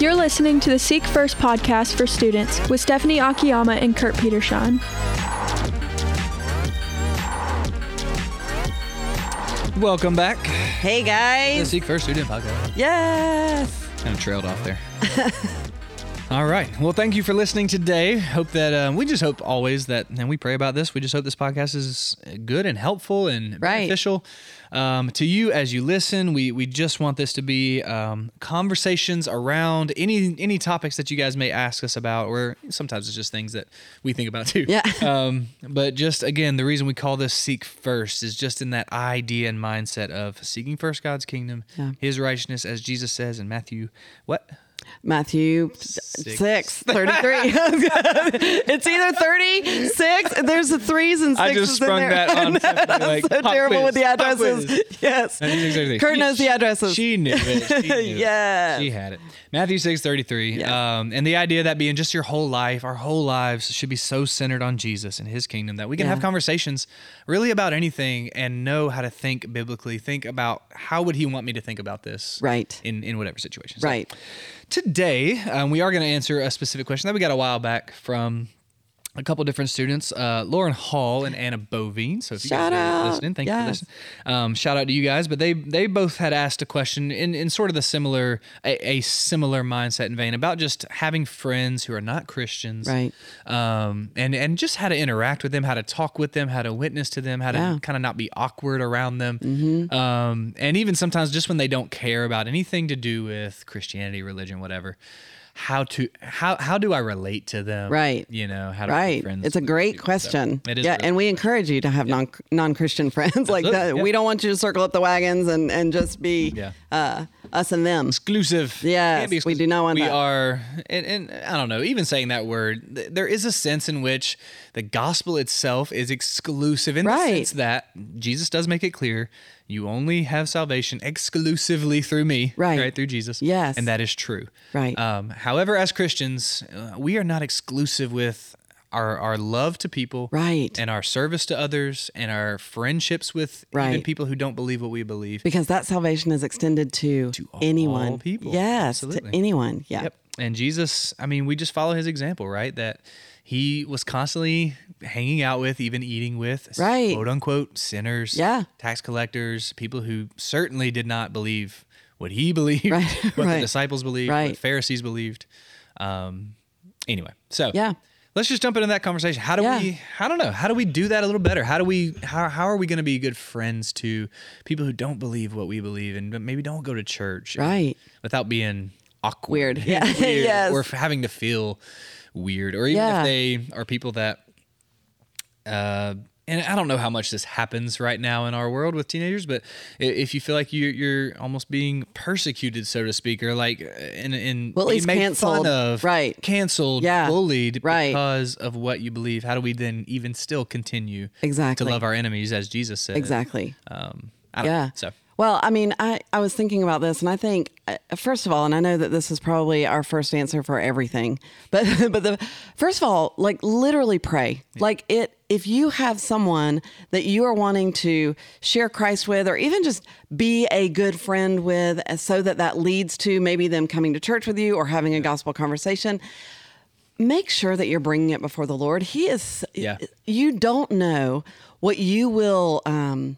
You're listening to the Seek First podcast for students with Stephanie Akiyama and Kurt Petershon. Welcome back. Hey The guys. Seek First Student Podcast. Yes. Kind of trailed off there. All right. Well, thank you for listening today. Hope that um, we just hope always that, and we pray about this. We just hope this podcast is good and helpful and Right. beneficial um, to you as you listen. We we just want this to be um, conversations around any any topics that you guys may ask us about, or sometimes it's just things that we think about too. Yeah. Um, but just again, the reason we call this seek first is just in that idea and mindset of seeking first God's kingdom, Yeah. His righteousness, as Jesus says in Matthew. What? Matthew Six. 6, 33. it's either 30, 6. There's the threes and I sixes just in sprung there. that on I'm Stephanie, like, so pop terrible quiz, with the pop addresses. quiz. Yes. That's the exact thing. Kurt She- knows the addresses. She knew it. She knew it. Yes. She had it. Matthew six thirty three. Yes. Um, and the idea that being just your whole life, our whole lives should be so centered on Jesus and his kingdom that we can Yeah. have conversations really about anything and know how to think biblically, think about how would he want me to think about this Right. in, in whatever situation. So Right. Today, um, we are going to answer a specific question that we got a while back from a couple different students, uh, Lauren Hall and Anna Bovine. So if you Shout guys are out. listening, thank you for Yes. listening. Um, shout out to you guys, but they they both had asked a question in, in sort of the similar a, a similar mindset and vein about just having friends who are not Christians, Right. Um, and and just how to interact with them, how to talk with them, how to witness to them, how to Yeah. Mm-hmm. kind of not be awkward around them, um, and even sometimes just when they don't care about anything to do with Christianity, religion, whatever. How to how how do I relate to them? Right. You know how to be Right. friends It's a with great people. So question. it is. yeah, really- and we encourage you to have non non Christian friends like that. Absolutely, yeah. We don't want you to circle up the wagons and and just be Yeah. uh, us and them. exclusive. Yes, Can't be we do not want We that. are, and, and I don't know. Even saying that word, th- there is a sense in which the gospel itself is exclusive in the Right. sense that Jesus does make it clear you only have salvation exclusively through me, Right. Right through Jesus. Yes. and that is true. Right. Um, however, as Christians, uh, we are not exclusive with. Our, our love to people Right. and our service to others and our friendships with even Right. people who don't believe what we believe Because that salvation is extended to, all anyone. people. Yes, Absolutely. to anyone. Yeah. Yep. And Jesus, I mean, we just follow his example, right? That he was constantly hanging out with, even eating with, Right. quote unquote, sinners, Yeah. tax collectors, people who certainly did not believe what he believed, Right. what the Right. disciples believed, what Right. Pharisees believed. Um, anyway, so Yeah. Let's just jump into that conversation. How do Yeah. we? I don't know. How do we do that a little better? How do we? How, how are we going to be good friends to people who don't believe what we believe and maybe don't go to church? and- Right. Without being awkward Weird. Yeah. weird yes. or f- having to feel weird or even Yeah. if they are people that uh and I don't know how much this happens right now in our world with teenagers, but i- if you feel like you're, you're almost being persecuted, so to speak, or like uh, in in Well, at being least made canceled. fun of, Right. Canceled, Yeah. bullied, Right. because of what you believe. How do we then even still continue Exactly. to love our enemies, as Jesus said? Exactly. Um, I don't Yeah. Know. So Well, I mean, I, I was thinking about this, and I think, uh, first of all, and I know that this is probably our first answer for everything, but but the first of all, like literally pray, like it. If you have someone that you are wanting to share Christ with, or even just be a good friend with, uh, so that that leads to maybe them coming to church with you or having a gospel conversation, make sure that you're bringing it before the Lord. He is, Yeah. you don't know what you will um,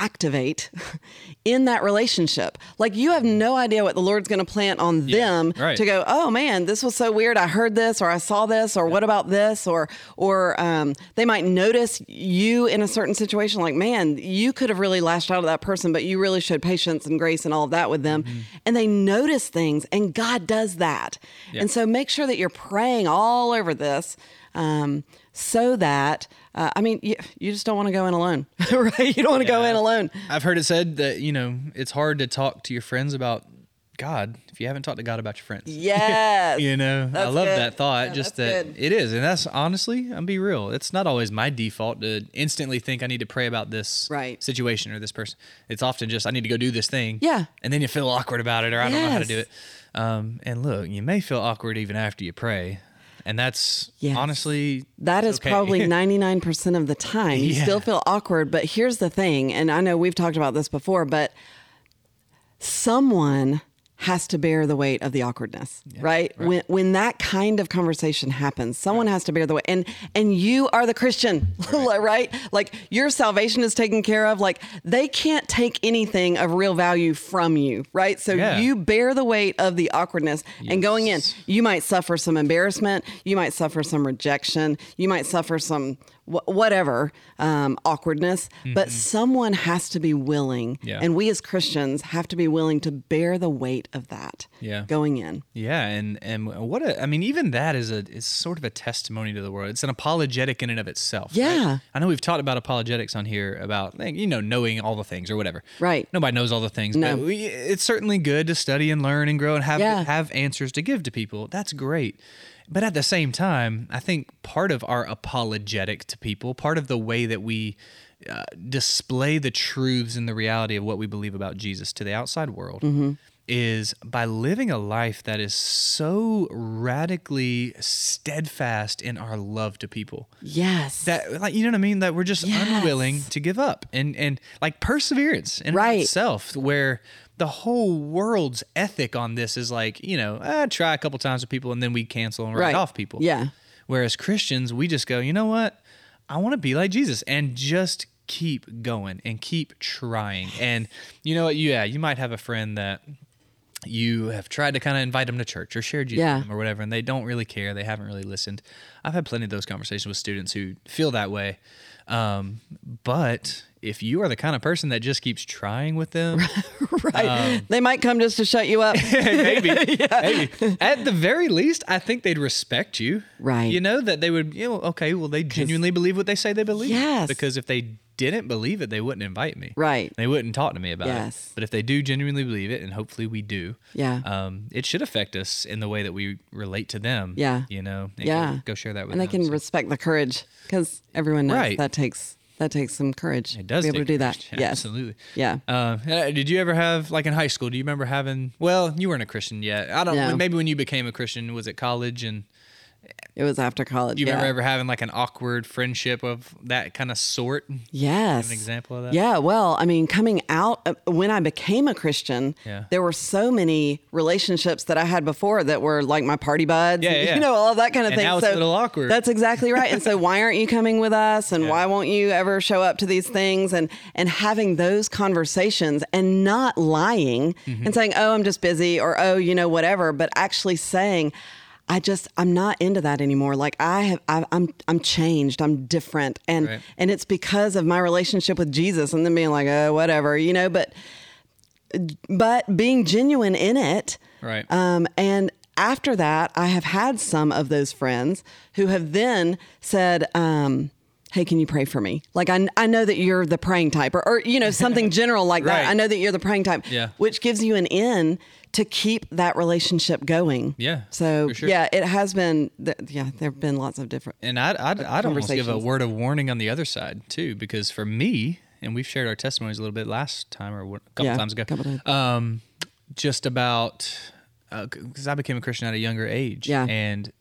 activate in that relationship. Like you have no idea what the Lord's going to plant on them right. to go, oh man, this was so weird. I heard this, or I saw this, or what about this, or or um, they might notice you in a certain situation. Like man, you could have really lashed out at that person, but you really showed patience and grace and all of that with them, and they notice things. And God does that, and so make sure that you're praying all over this. Um, so that uh, I mean, you, you just don't want to go in alone, right? You don't want to go in alone. I've heard it said that you know it's hard to talk to your friends about God if you haven't talked to God about your friends. Yes. You know, I That's love good. that thought. Yeah, just that's that good. it is, and that's honestly, I'm be real. It's not always my default to instantly think I need to pray about this Right. situation or this person. It's often just I need to go do this thing. Yeah. and then you feel awkward about it, or I don't know how to do Yes. it. Um, and look, you may feel awkward even after you pray, and that's Yes. honestly That is it's okay. probably 99% of the time. You Yeah. still feel awkward, but here's the thing, and I know we've talked about this before, but someone has to bear the weight of the awkwardness, right? When when that kind of conversation happens, someone has to bear the weight. And and you are the Christian, right. Like your salvation is taken care of. Like they can't take anything of real value from you, right? So Yeah. you bear the weight of the awkwardness and going in Yes. you might suffer some embarrassment you might suffer some rejection you might suffer some wh- whatever um, awkwardness but someone has to be willing Mm-hmm. Yeah. and we as christians have to be willing to bear the weight of that Yeah. going in Yeah, and and what a I mean, even that is a is sort of a testimony to the world. It's an apologetic in and of itself. right? Yeah. I know we've talked about apologetics on here about like, you know knowing all the things or whatever. Right. Nobody knows all the things, No. but we, it's certainly good to study and learn and grow and have Yeah. have answers to give to people. That's great. But at the same time, I think part of our apologetic to people, part of the way that we uh, display the truths and the reality of what we believe about Jesus to the outside world Mm-hmm. is by living a life that is so radically steadfast in our love to people yes that like you know what I mean that we're just Yes. unwilling to give up and and like perseverance in Right. itself where the whole world's ethic on this is like you know ah, try a couple times with people and then we cancel and write Right. off people Yeah. whereas Christians we just go you know what I want to be like Jesus and just keep going and keep trying and you know what yeah you might have a friend that you have tried to kind of invite them to church or share Jesus Yeah. with them or whatever, and they don't really care. They haven't really listened. I've had plenty of those conversations with students who feel that way. Um, but if you are the kind of person that just keeps trying with them, Um, right they might come just to shut you up maybe, maybe at the very least, I think they'd respect you. Right. You know, that they would, you know, okay, well, they genuinely believe what they say they believe. Yes. Because if they didn't believe it, they wouldn't invite me. Right. They wouldn't talk to me about Yes. it. But if they do genuinely believe it, and hopefully we do, Yeah. um, it should affect us in the way that we relate to them. Yeah. You know, and yeah Go, go share that with and they them. can so. respect the courage because everyone knows Right. that takes that takes some courage it does to be able take to do courage. that yes Absolutely. Yeah. Um, uh, did you ever have like in high school? Do you remember having? Well, you weren't a Christian yet. I don't. No. Maybe when you became a Christian, was it college? And it was after college do you yeah. remember ever having like an awkward friendship of that kind of sort? Yes. an example of that? Yeah. Well, I mean, coming out uh, when I became a Christian, Yeah. there were so many relationships that I had before that were like my party buds, Yeah, and, yeah, you yeah. know, all of that kind of And thing. now it's a little awkward. That's exactly right. and so, why aren't you coming with us? And why won't you ever show up to these things? And and having those conversations and not lying and saying, "Oh, I'm just busy," or "Oh, you know, whatever," but actually saying. I just I'm not into that anymore. Like I have I, I'm I'm changed. I'm different, and Right. and it's because of my relationship with Jesus, and then being like, oh, whatever, you know. But but being genuine in it, Right. um, and after that, I have had some of those friends who have then said, um, Hey, can you pray for me? Like, I, I know that you're the praying type, or, or you know, something general like Right. that. I know that you're the praying type, Yeah. which gives you an in to keep that relationship going. Yeah, So, for sure. yeah, it has been, th- yeah, there have been lots of different. And I'd, I'd, I'd almost give a uh, conversations. word of warning on the other side too, because for me, and we've shared our testimonies a little bit last time or a couple Yeah, times ago, couple times. Um, just about because I became a Christian at a younger age, Yeah. and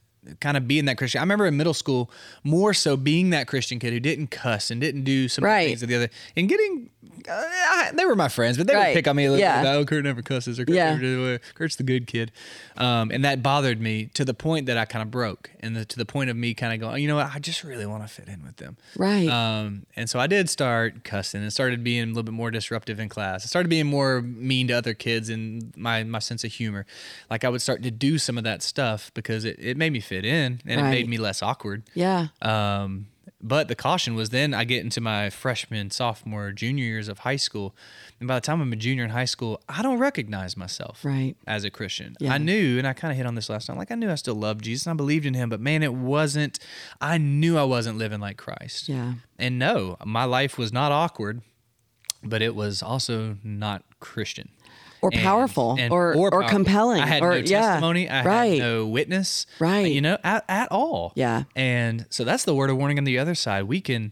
kind of being that Christian. I remember in middle school more so being that Christian kid who didn't cuss and didn't do some of the Right. things of the other, and getting. Uh, I, they were my friends, but they Right. would pick on me a little Yeah. bit. About, oh, Kurt never cusses, or Kurt Yeah. never did uh, Kurt's the good kid. Um, and that bothered me to the point that I kind of broke and the, to the point of me kind of going, "Oh, you know what? I just really want to fit in with them. Right. Um, and so I did start cussing and started being a little bit more disruptive in class. I started being more mean to other kids and my, my sense of humor. Like I would start to do some of that stuff because it, it made me fit in and it Right. made me less awkward. Yeah. Um, but the caution was then I get into my freshman, sophomore, junior years of high school. And by the time I'm a junior in high school, I don't recognize myself Right. as a Christian. Yeah. I knew, and I kind of hit on this last time, like I knew I still loved Jesus and I believed in him, but man, it wasn't, I knew I wasn't living like Christ. Yeah. And no, my life was not awkward, but it was also not Christian. Or and- powerful, and- or- or powerful. compelling, I had or- no yeah, testimony. I right. had no witness. Right. You know, at, at all. Yeah. And so that's the word of warning on the other side. We can,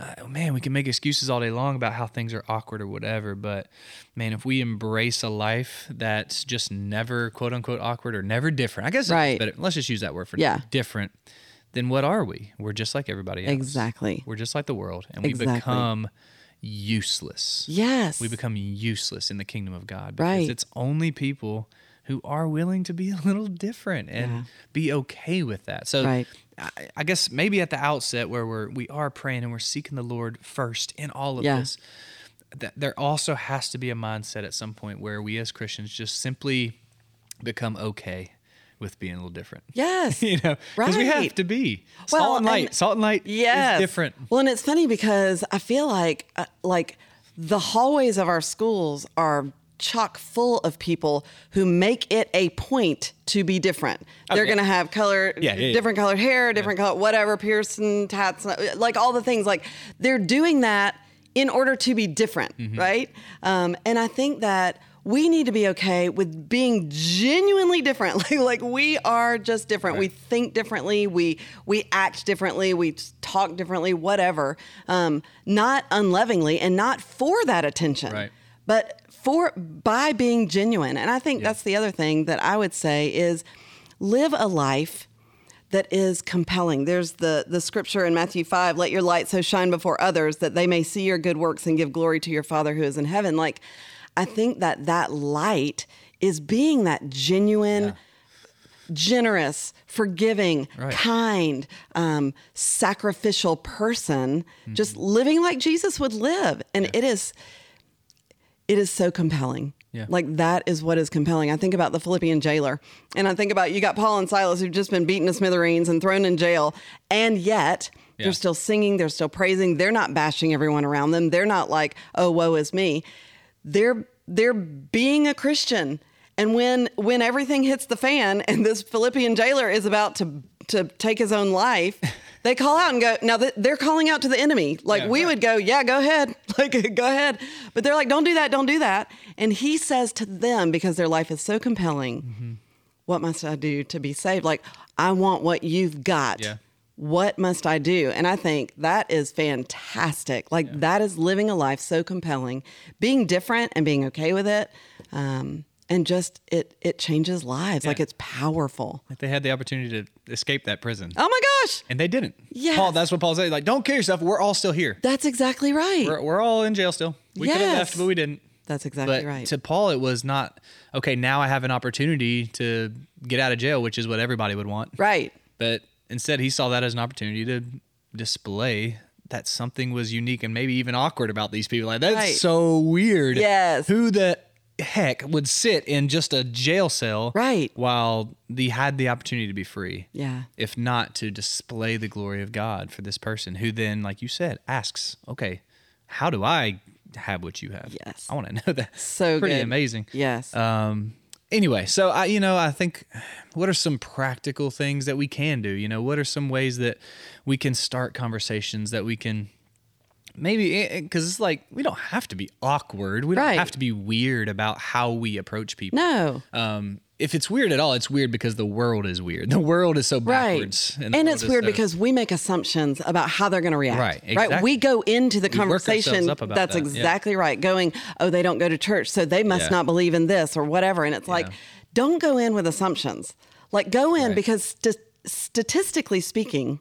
uh, man, we can make excuses all day long about how things are awkward or whatever. But man, if we embrace a life that's just never quote unquote awkward or never different, I guess. Right. But let's just use that word for Yeah. different. Then what are we? We're just like everybody else. Exactly. We're just like the world, and we Exactly. become useless. Yes. We become useless in the kingdom of God because Right. it's only people who are willing to be a little different and be okay with that. So Right. I, I guess maybe at the outset where we're we are praying and we're seeking the Lord first in all of Yeah. this, that there also has to be a mindset at some point where we as Christians just simply become okay with being a little different. Yes. You know, because we have Right. to be Well, salt and light. and- salt and light yes. is different. Well, and it's funny because I feel like uh, like the hallways of our schools are chock full of people who make it a point to be different. yeah. They're going to have color, Yeah, yeah, yeah. different colored hair, different color, whatever, piercing, tats, like all the things. Like they're doing that in order to be different, Mm-hmm. right? Um, and I think that we need to be okay with being genuinely different. like, like we are just different. We think differently. We we act differently. We talk differently. Whatever. Um, not unlovingly and not for that attention Right. but for by being genuine and i think that's the other thing that i would say is live a life that is compelling there's the the scripture in matthew 5 let your light so shine before others that they may see your good works and give glory to your father who is in heaven like i think that that light is being that genuine generous, forgiving, Right. kind, um, sacrificial person, Mm-hmm. just living like Jesus would live. And it is it is so compelling. Yeah. Like that is what is compelling. I think about the Philippian jailer and I think about you got Paul and Silas who've just been beaten to smithereens and thrown in jail. And yet Yeah. they're still singing, they're still praising, they're not bashing everyone around them. They're not like, oh, woe is me. They're they're being a Christian. And when when everything hits the fan and this Philippian jailer is about to to take his own life, they call out and go, now th- they're calling out to the enemy. Like Yeah, we right. would go, yeah, go ahead. Like, go ahead. But they're like, don't do that. Don't do that. And he says to them, because their life is so compelling, Mm-hmm. what must I do to be saved? Like, I want what you've got. Yeah. What must I do? And I think that is fantastic. Like, that is living a life so compelling, being different and being okay with it. Um, and just it it changes lives. Like, it's powerful. If they had the opportunity to escape that prison. Oh my gosh. And they didn't. Yes. Paul, that's what Paul said. Like, don't kill yourself. We're all still here. That's exactly right. We're, we're all in jail still. We could have left, Yes. but we didn't. That's exactly But right. to Paul, it was not, okay, now I have an opportunity to get out of jail, which is what everybody would want. right. But instead, he saw that as an opportunity to display that something was unique and maybe even awkward about these people. Like, that's Right. so weird. Yes. Who the heck would sit in just a jail cell Right. while they had the opportunity to be free? Yeah. if not to display the glory of God for this person who then, like you said, asks, okay, how do I have what you have? Yes. I want to know that. So Pretty good. amazing. Yes. Um, anyway, so I, you know, I think what are some practical things that we can do? You know, what are some ways that we can start conversations that we can maybe because it's like we don't have to be awkward. We Right. don't have to be weird about how we approach people. no. Um, if it's weird at all, it's weird because the world is weird. The world is so backwards, Right. the And world it's is weird so- because we make assumptions about how they're going to react. Right, Right. We exactly. go into the work ourselves conversation. up about That's that, yeah. exactly right. Going, oh, they don't go to church, so they must Yeah. not believe in this or whatever. And it's like, don't go in with assumptions. Like, go in Right. because st- statistically speaking,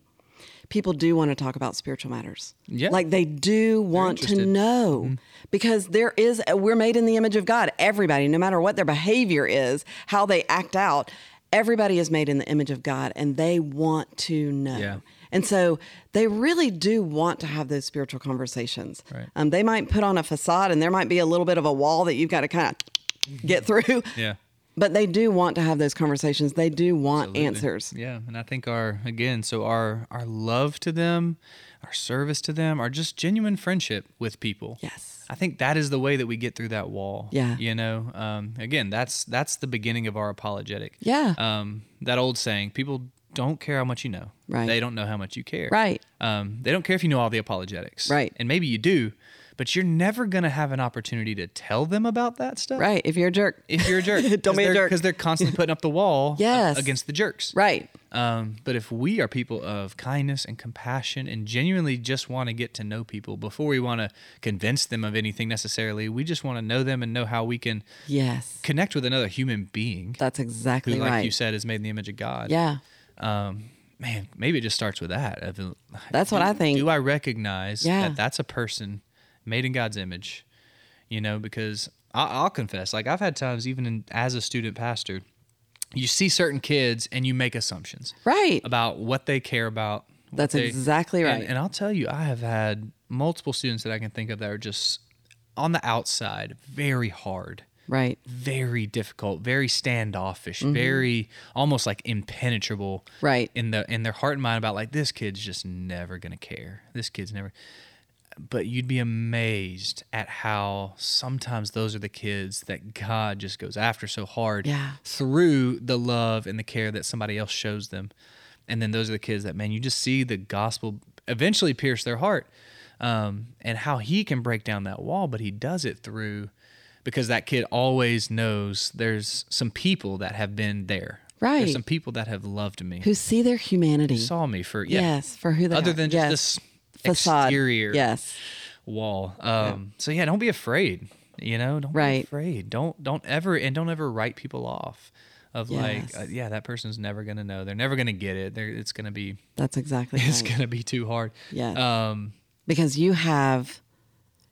people do want to talk about spiritual matters. Yeah. Like, they do want to interested. know Hmm. because there is, we're made in the image of God. Everybody, no matter what their behavior is, how they act out, everybody is made in the image of God and they want to know. Yeah. And so they really do want to have those spiritual conversations. Right. Um, they might put on a facade and there might be a little bit of a wall that you've got to kind of get through. yeah, But they do want to have those conversations. They do want answers. yeah, and I think our again, so our our love to them, our service to them, our just genuine friendship with people. Yes. I think that is the way that we get through that wall. Yeah. you know, um, again, that's that's the beginning of our apologetic. Yeah. um, that old saying, people don't care how much you know. Right. They don't know how much you care. Right. Um, they don't care if you know all the apologetics. Right. And maybe you do, but you're never going to have an opportunity to tell them about that stuff. Right. If you're a jerk. If you're a jerk, Don't be a jerk. because they're constantly putting up the wall Yes. a- against the jerks. Right. Um, but if we are people of kindness and compassion and genuinely just want to get to know people before we want to convince them of anything necessarily, we just want to know them and know how we can Yes. connect with another human being That's exactly who, like right. you said, is made in the image of God. yeah. Um, man, maybe it just starts with that. Of, uh, That's what do- I think. Do I recognize Yeah. that that's a person made in God's image? You know, because I, I'll confess, like I've had times, even in, as a student pastor, you see certain kids and you make assumptions Right. about what they care about. what That's they- exactly and- right. And, I'll tell you, I have had multiple students that I can think of that are just on the outside, very hard, Right. very difficult, very standoffish, Mm-hmm. very almost like impenetrable. Right. In the in their heart and mind about like this kid's just never gonna care. This kid's never. But you'd be amazed at how sometimes those are the kids that God just goes after so hard Yeah. through the love and the care that somebody else shows them. And then those are the kids that, man, you just see the gospel eventually pierce their heart um, and how he can break down that wall, but he does it through because that kid always knows there's some people that have been there. Right. There's some people that have loved me, Who see their humanity. saw me for, yeah, Yes. For who they other are. than Yes. just this facade. exterior Yes. wall. Um, So yeah, don't be afraid. You know, don't be Right. afraid. Don't don't ever and don't ever write people off of Yes. like, uh, yeah, that person's never gonna know. They're never gonna get it. They're, it's gonna be That's exactly it's right. gonna be too hard. Yes. Um, Because you have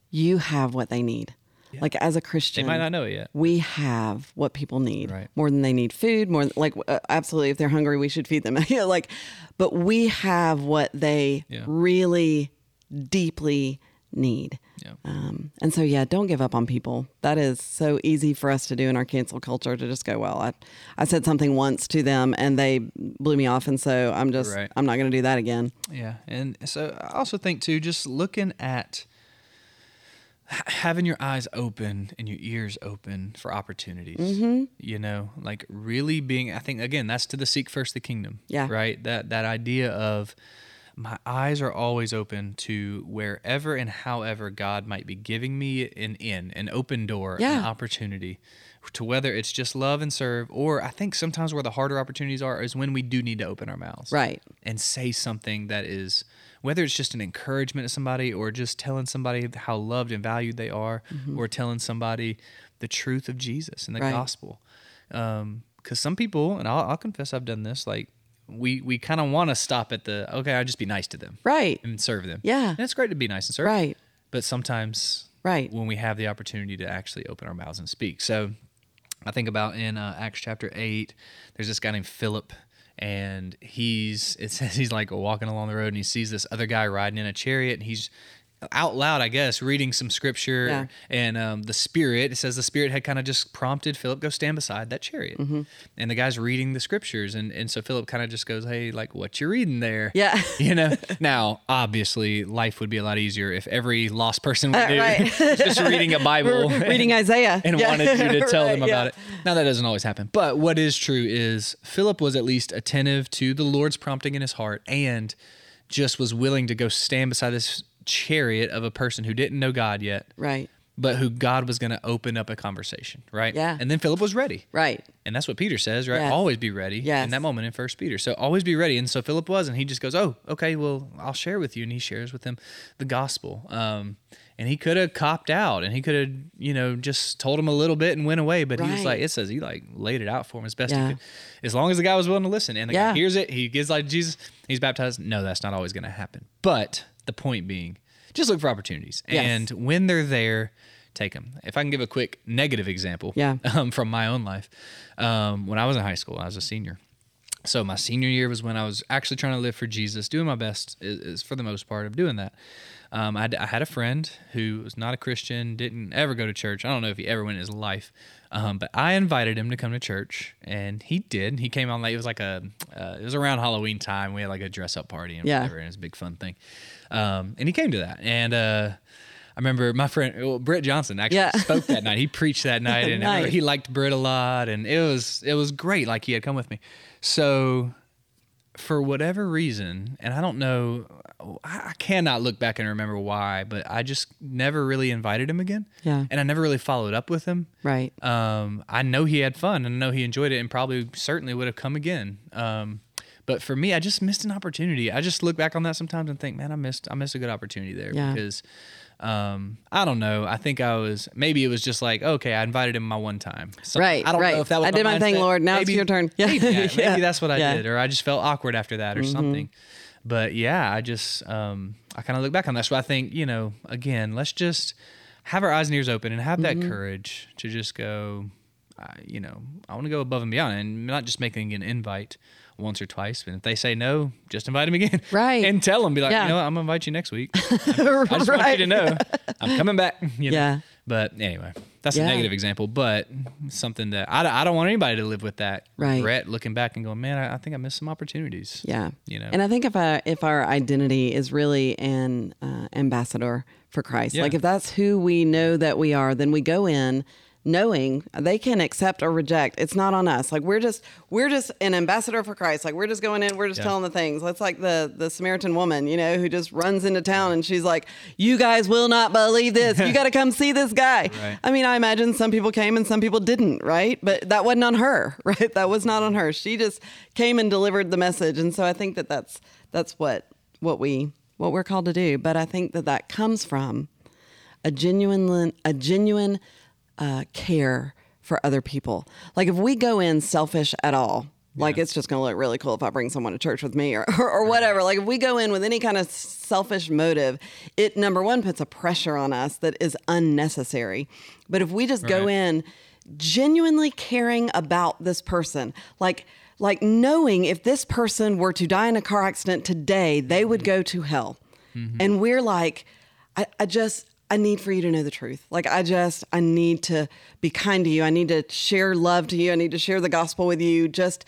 you have what they need. Like as a they Christian. might not know it yet. we have what people need Right. more than they need food more than, like uh, absolutely if they're hungry we should feed them You know, like but we have what they Yeah. really deeply need Yeah. um, and so yeah don't give up on people that is so easy for us to do in our cancel culture to just go well i, I said something once to them and they blew me off and so i'm just Right. i'm not going to do that again Yeah, and so I also think too, just looking at ha- having your eyes open and your ears open for opportunities. Mm-hmm. You know, like really being. I think again, that's to the seek first the kingdom. Yeah. Right. That that idea of my eyes are always open to wherever and however God might be giving me an in, an open door, an Yeah. opportunity to whether it's just love and serve, or I think sometimes where the harder opportunities are is when we do need to open our mouths right and say something that is whether it's just an encouragement to somebody or just telling somebody how loved and valued they are or telling somebody the truth of Jesus and the Mm-hmm. Right. gospel because some people and I'll, I'll confess I've done this like we we kind of want to stop at the okay I'll just be nice to them right and serve them Yeah. and it's great to be nice and serve right but sometimes Right. when we have the opportunity to actually open our mouths and speak so i think about in uh, acts chapter 8 there's this guy named philip and he's it says he's like walking along the road and he sees this other guy riding in a chariot and he's out loud i guess reading some scripture Yeah. and um, the spirit it says the spirit had kind of just prompted philip go stand beside that chariot Mm-hmm. and the guy's reading the scriptures and, and so philip kind of just goes hey like what you reading there Yeah. you know now obviously life would be a lot easier if every lost person we knew Uh, right. was just reading a bible reading isaiah and Yeah. wanted you to tell them Right, about yeah. it now that doesn't always happen but what is true is philip was at least attentive to the lord's prompting in his heart and just was willing to go stand beside this chariot of a person who didn't know god yet right but who god was going to open up a conversation right Yeah. and then philip was ready right and that's what Peter says, right? Yes. Always be ready. Yes. In that moment in First Peter. So always be ready. And so Philip was, and he just goes, Oh, okay, well, I'll share with you. And he shares with them the gospel. Um, and he could have copped out and he could have, you know, just told him a little bit and went away. But he was Right. like, it says he like laid it out for him as best Yeah. he could. As long as the guy was willing to listen. And the guy Yeah. hears it, he gives like Jesus, he's baptized. No, that's not always gonna happen. But the point being, just look for opportunities. Yes. And when they're there, take them. If I can give a quick negative example Yeah. um, from my own life. Um, when I was in high school, I was a senior. So my senior year was when I was actually trying to live for Jesus, doing my best is, is for the most part of doing that. Um, I, d- I had a friend who was not a Christian, didn't ever go to church. I don't know if he ever went in his life, um, but I invited him to come to church, and he did. He came on late. It was like a, uh, it was around Halloween time. We had like a dress up party and Yeah. whatever, and it was a big fun thing. Um, and he came to that, and uh, I remember my friend, well, Britt Johnson actually Yeah. spoke that night. He preached that night, and I remember Nice. he liked Brit a lot, and it was it was great. Like he had come with me, so for whatever reason, and I don't know, I I cannot look back and remember why, but I just never really invited him again. Yeah. And I never really followed up with him. Right. Um, I know he had fun and I know he enjoyed it and probably certainly would have come again. Um, but for me, I just missed an opportunity. I just look back on that sometimes and think, man, I missed, I missed a good opportunity there Yeah. because, um, I don't know. I think I was, maybe it was just like, okay, I invited him my one time. So, Right, I don't right. know if that was I did my thing, mindset. Lord. Now it's your turn. Yeah. Maybe, yeah, Yeah. maybe that's what I Yeah. did, or I just felt awkward after that, Mm-hmm. or something. But yeah, I just um, I kind of look back on that. So I think you know, again, let's just have our eyes and ears open and have Mm-hmm. that courage to just go. Uh, you know, I want to go above and beyond, and not just making an invite once or twice. And if they say no, just invite them again, Right. and tell them, be like, Yeah. you know, what? I'm gonna invite you next week. I just want you to know I'm coming back. you know. Yeah. But anyway, that's Yeah. a negative example, but something that I, I don't want anybody to live with that Right. regret looking back and going, man, I, I think I missed some opportunities. Yeah. You know? And I think if I, if our identity is really an uh, ambassador for Christ, Yeah. like if that's who we know that we are, then we go in knowing they can accept or reject. It's not on us. Like we're just we're just an ambassador for Christ. Like we're just going in, we're just Yeah. telling the things. That's like the the Samaritan woman, you know, who just runs into town and she's like, "You guys will not believe this. You got to come see this guy." Right. I mean, I imagine some people came and some people didn't, right? But that wasn't on her, right? That was not on her. She just came and delivered the message, and so I think that that's that's what what we what we're called to do. But I think that that comes from a genuine a genuine uh, care for other people. Like if we go in selfish at all, like it's just going to look really cool if I bring someone to church with me or, or, or whatever. Like if we go in with any kind of selfish motive, it number one puts a pressure on us that is unnecessary. But if we just go Right. in genuinely caring about this person, like like knowing if this person were to die in a car accident today, they would go to hell. Mm-hmm. And we're like, I, I just, I need for you to know the truth. Like, I just, I need to be kind to you. I need to share love to you. I need to share the gospel with you. Just,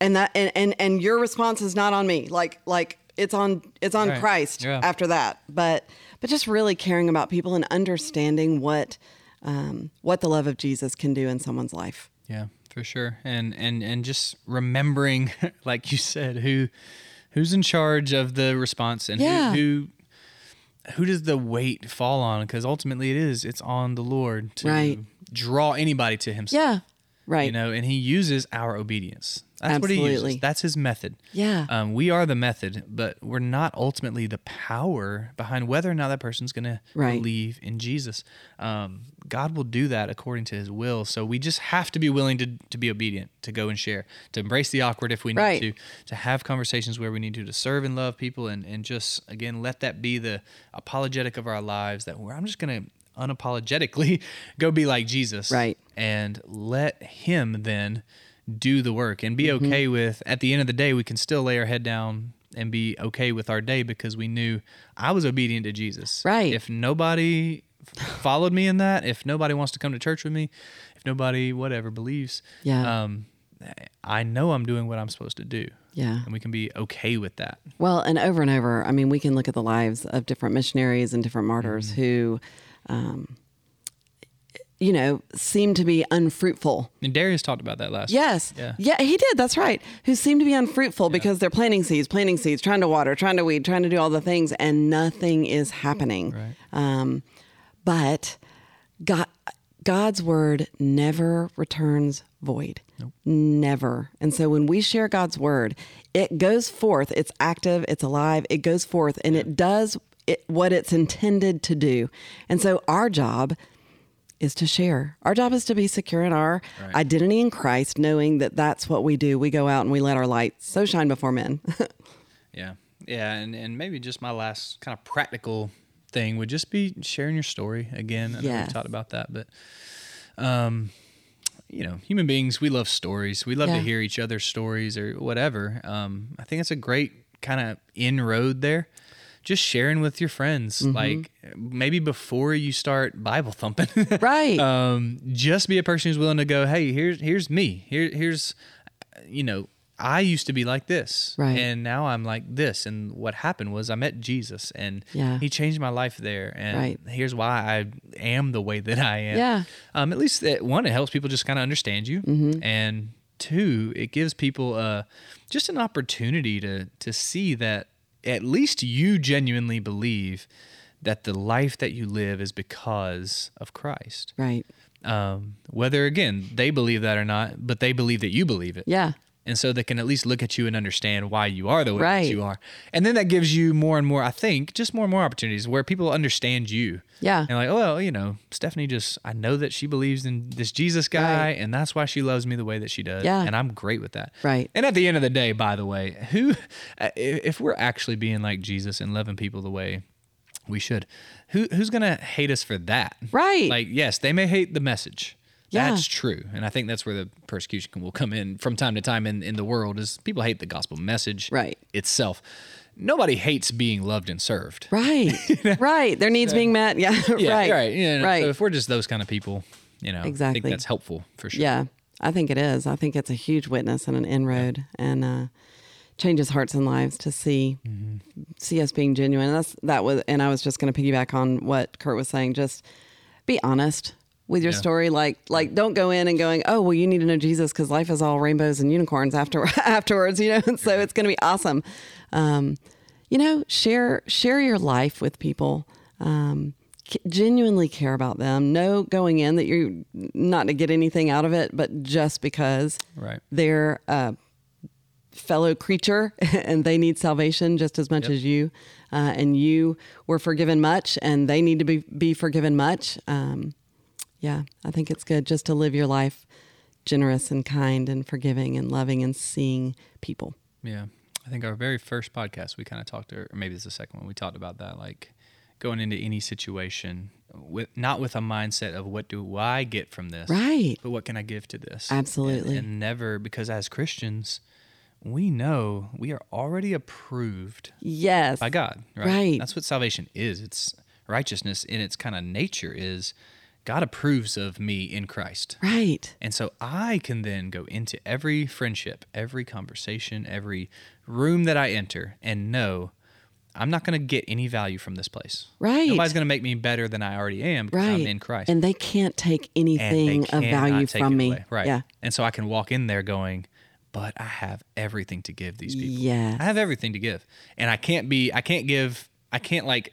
and that, and, and, and your response is not on me. Like, like it's on, it's on Right. Christ Yeah. after that. But, but just really caring about people and understanding what, um, what the love of Jesus can do in someone's life. Yeah, for sure. And and and just remembering, like you said, who who's in charge of the response and Yeah. who, who who does the weight fall on? Because ultimately, it is it's on the Lord to Right. draw anybody to Himself. Right. You know, and He uses our obedience. That's what He Absolutely. uses. That's His method. Yeah. Um, we are the method, but we're not ultimately the power behind whether or not that person's going Right. to believe in Jesus. Um, God will do that according to his will. So we just have to be willing to, to be obedient, to go and share, to embrace the awkward if we need Right. to, to have conversations where we need to, to serve and love people, and, and just, again, let that be the apologetic of our lives that we're, I'm just going to unapologetically go be like Jesus Right. and let him then do the work and be Mm-hmm. okay with at the end of the day we can still lay our head down and be okay with our day because we knew I was obedient to Jesus. Right. If nobody f- followed me in that, if nobody wants to come to church with me, if nobody whatever believes, Yeah. um I know I'm doing what I'm supposed to do. Yeah. And we can be okay with that. Well, and over and over, I mean, we can look at the lives of different missionaries and different martyrs Mm-hmm. who, um, you know, seem to be unfruitful. And Darius talked about that last Yes. Yeah. he did. That's right. Who seem to be unfruitful because they're planting seeds, planting seeds, trying to water, trying to weed, trying to do all the things, and nothing is happening. Right. Um, but God, God's word never returns void. Never. And so when we share God's word, it goes forth. It's active. It's alive. It goes forth, and it does it, what it's intended to do. And so our job is to share. Our job is to be secure in our identity in Christ, knowing that that's what we do. We go out and we let our light so shine before men. Yeah. Yeah. And, and maybe just my last kind of practical thing would just be sharing your story again. I know Yes. we've talked about that, but, um, you know, human beings, we love stories. We love Yeah. to hear each other's stories or whatever. Um, I think it's a great kind of inroad there. Just sharing with your friends, Mm-hmm. like maybe before you start Bible thumping, right. um, just be a person who's willing to go, hey, here's here's me. Here here's you know, I used to be like this. Right. And now I'm like this. And what happened was I met Jesus and Yeah. he changed my life there. And Right. here's why I am the way that I am. Yeah. Mm-hmm. Um, at least that one, it helps people just kind of understand you and two, it gives people uh, just an opportunity to to see that at least you genuinely believe that the life that you live is because of Christ. Right. Um, whether again they believe that or not, but they believe that you believe it. Yeah. And so they can at least look at you and understand why you are the way Right. that you are. And then that gives you more and more, I think, just more and more opportunities where people understand you. Yeah. And like, oh, well, you know, Stephanie just, I know that she believes in this Jesus guy, and that's why she loves me the way that she does. Yeah. And I'm great with that. Right. And at the end of the day, by the way, who, i- if we're actually being like Jesus and loving people the way we should, who who's gonna hate us for that? Right. Like, yes, they may hate the message. Yeah. That's true. And I think that's where the persecution can- will come in from time to time in, in the world is people hate the gospel message Right. itself. Nobody hates being loved and served. Right. right. Their needs being met. Yeah. Yeah, right. Right. Yeah, Right. So if we're just those kind of people, you know, I Exactly. think that's helpful for sure. Yeah, I think it is. I think it's a huge witness and an inroad, and uh, changes hearts and lives to see Mm-hmm. see us being genuine. And that's that was, and I was just going to piggyback on what Kurt was saying. Just be honest with your Yeah. story. Like, like don't go in and going, oh well, you need to know Jesus because life is all rainbows and unicorns after afterwards, you know. And so it's going to be awesome. Um, you know, share share your life with people. Um, c- genuinely care about them. Know going in that you're not to get anything out of it, but just because Right. they're a uh, fellow creature and they need salvation just as much as you, uh, and you were forgiven much, and they need to be be forgiven much. Um, yeah, I think it's good just to live your life generous and kind and forgiving and loving and seeing people. Yeah. I think our very first podcast, we kind of talked, or maybe it's the second one, we talked about that, like going into any situation with not with a mindset of what do I get from this, Right. But what can I give to this? And- Absolutely. And, never, because as Christians, we know we are already approved Yes. by God, right? Right. That's what salvation is. It's righteousness in its kind of nature is God approves of me in Christ. Right. And so I can then go into every friendship, every conversation, every room that I enter and know I'm not going to get any value from this place. Right. Nobody's going to make me better than I already am because Right. I'm in Christ. And they can't take And they anything of cannot value take from it me. away. Right. Yeah. And so I can walk in there going, but I have everything to give these people. Yes. I have everything to give. And I can't be, I can't give, I can't like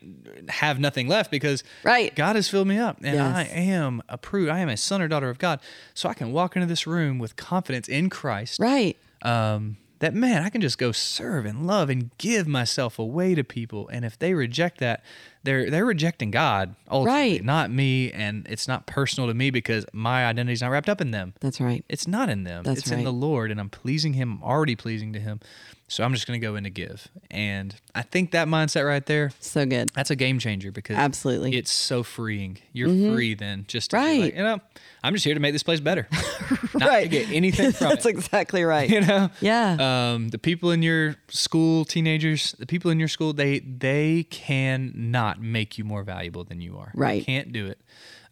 have nothing left because Right. God has filled me up and Yes. I am approved. I am a son or daughter of God. So I can walk into this room with confidence in Christ. Right. Um, that man, I can just go serve and love and give myself away to people. And if they reject that, they're they're rejecting God ultimately, Right. not me. And it's not personal to me because my identity's not wrapped up in them. That's right. It's not in them. That's it's in the right. Lord, and I'm pleasing Him. I'm already pleasing to Him. So I'm just going to go in to give. And I think that mindset right there, So good. that's a game changer because Absolutely. Mm-hmm. it's so freeing. You're free then, just to be Right. like, you know, I'm just here to make this place better, not to Right. get anything from That's it. exactly right. you know, Yeah. um, the people in your school, teenagers, the people in your school, they they cannot make you more valuable than you are. Right. They can't do it.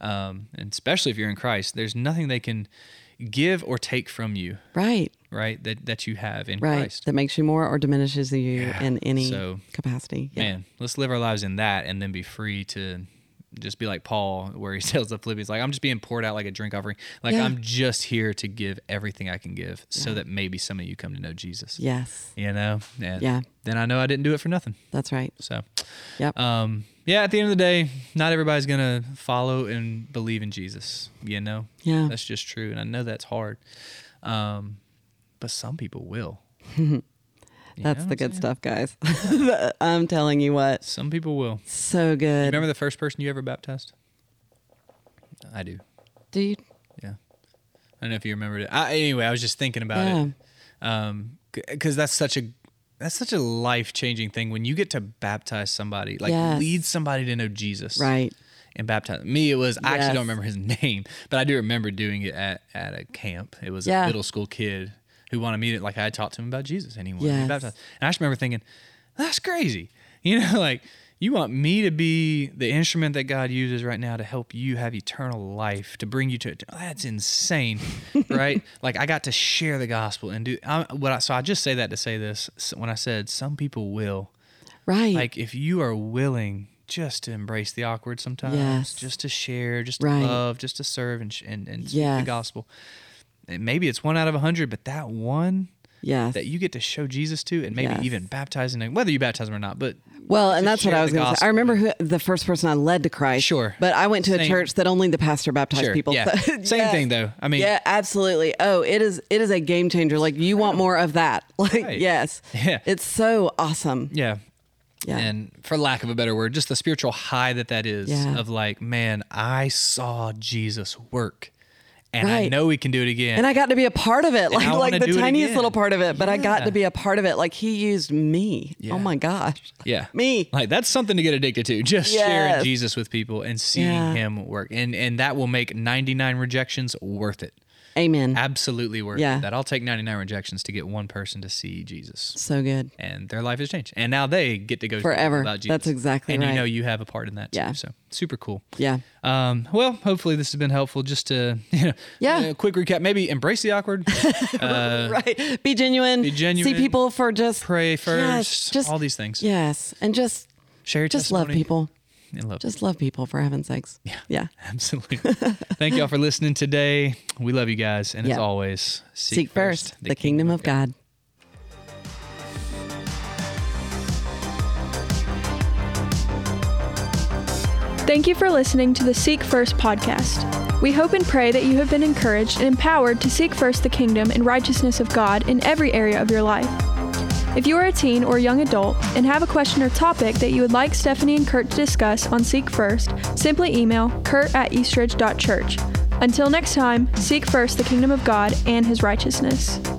Um, and especially if you're in Christ, there's nothing they can give or take from you, right. right? That that you have in Right. Christ. That makes you more or diminishes you in any So, capacity. Yeah. Man, let's live our lives in that and then be free to just be like Paul, where he tells the Philippians, like, I'm just being poured out like a drink offering. Like, Yeah. I'm just here to give everything I can give so that maybe some of you come to know Jesus. Yes. You know? And Yeah. Then I know I didn't do it for nothing. That's right. So, Yep. um, yeah, at the end of the day, not everybody's going to follow and believe in Jesus, you know? Yeah. That's just true. And I know that's hard. Um, but some people will. You That's know the what I'm good saying? stuff, guys. I'm telling you what. Some people will. So good. Remember the first person you ever baptized? I do. Do you? Yeah. I don't know if you remembered it. I, anyway, I was just thinking about Yeah. it. Um, because that's such a that's such a life changing thing when you get to baptize somebody, like Yes. lead somebody to know Jesus, Right. And baptize me. It was I actually don't Yes. remember his name, but I do remember doing it at at a camp. It was Yeah. a middle school kid who wanted me to like I had talked to him about Jesus, and he wanted to Yes. be baptized. And I just remember thinking, that's crazy. You know, like you want me to be the instrument that God uses right now to help you have eternal life, to bring you to it. That's insane, right? Like I got to share the gospel and do I, what. I, so I just say that to say this. So when I said some people will, Right. like if you are willing just to embrace the awkward sometimes, Yes. just to share, just to Right. love, just to serve and sh- and, and speak Yes. the gospel, and maybe it's one out of a hundred, but that one Yes. that you get to show Jesus to, and maybe Yes. even baptizing, them, whether you baptize them or not. But Well, and to that's what share I was the going to say. gospel. I remember who, the first person I led to Christ. Sure. But I went to a Same. church that only the pastor baptized Sure, people. yeah. Same thing, though. I mean- yeah, absolutely. Oh, it is it is a game changer. Like you want more of that. Like Right. yes. Yeah. It's so awesome. yeah, Yeah. and for lack of a better word, just the spiritual high that that is Yeah. of like, man, I saw Jesus work, and I Right. know He can do it again. and I got to be a part of it, like I like wanna the do it tiniest again. little part of it. But I got Yeah. to be a part of it. Like he used me. Yeah. Oh my gosh. yeah, Me. Like that's something to get addicted to. Just sharing Yes. Jesus with people and seeing Yeah. Him work, and and that will make ninety nine rejections worth it. Amen. Absolutely worth Yeah. it. That I'll take ninety nine rejections to get one person to see Jesus. so good. and their life has changed. And now they get to go speak Forever. About Jesus. That's exactly and right. you know you have a part in that too. Yeah. So super cool. Yeah. Um, well, hopefully this has been helpful. Just to you know, Yeah. a quick recap. Maybe embrace the awkward. uh, right. Be genuine. be genuine. See people for just Pray Yes, first. all these things. Yes. And just Share your just love testimony people. And love. Just love people for heaven's sakes. Yeah. Yeah. Absolutely. Thank y'all for listening today. We love you guys, and as Yeah. always, seek, Seek first the, kingdom, of God. Thank you for listening to the Seek First podcast. We hope and pray that you have been encouraged and empowered to seek first the kingdom and righteousness of God in every area of your life. If you are a teen or young adult and have a question or topic that you would like Stephanie and Kurt to discuss on Seek First, simply email kurt at eastridge.church. Until next time, seek first the kingdom of God and his righteousness.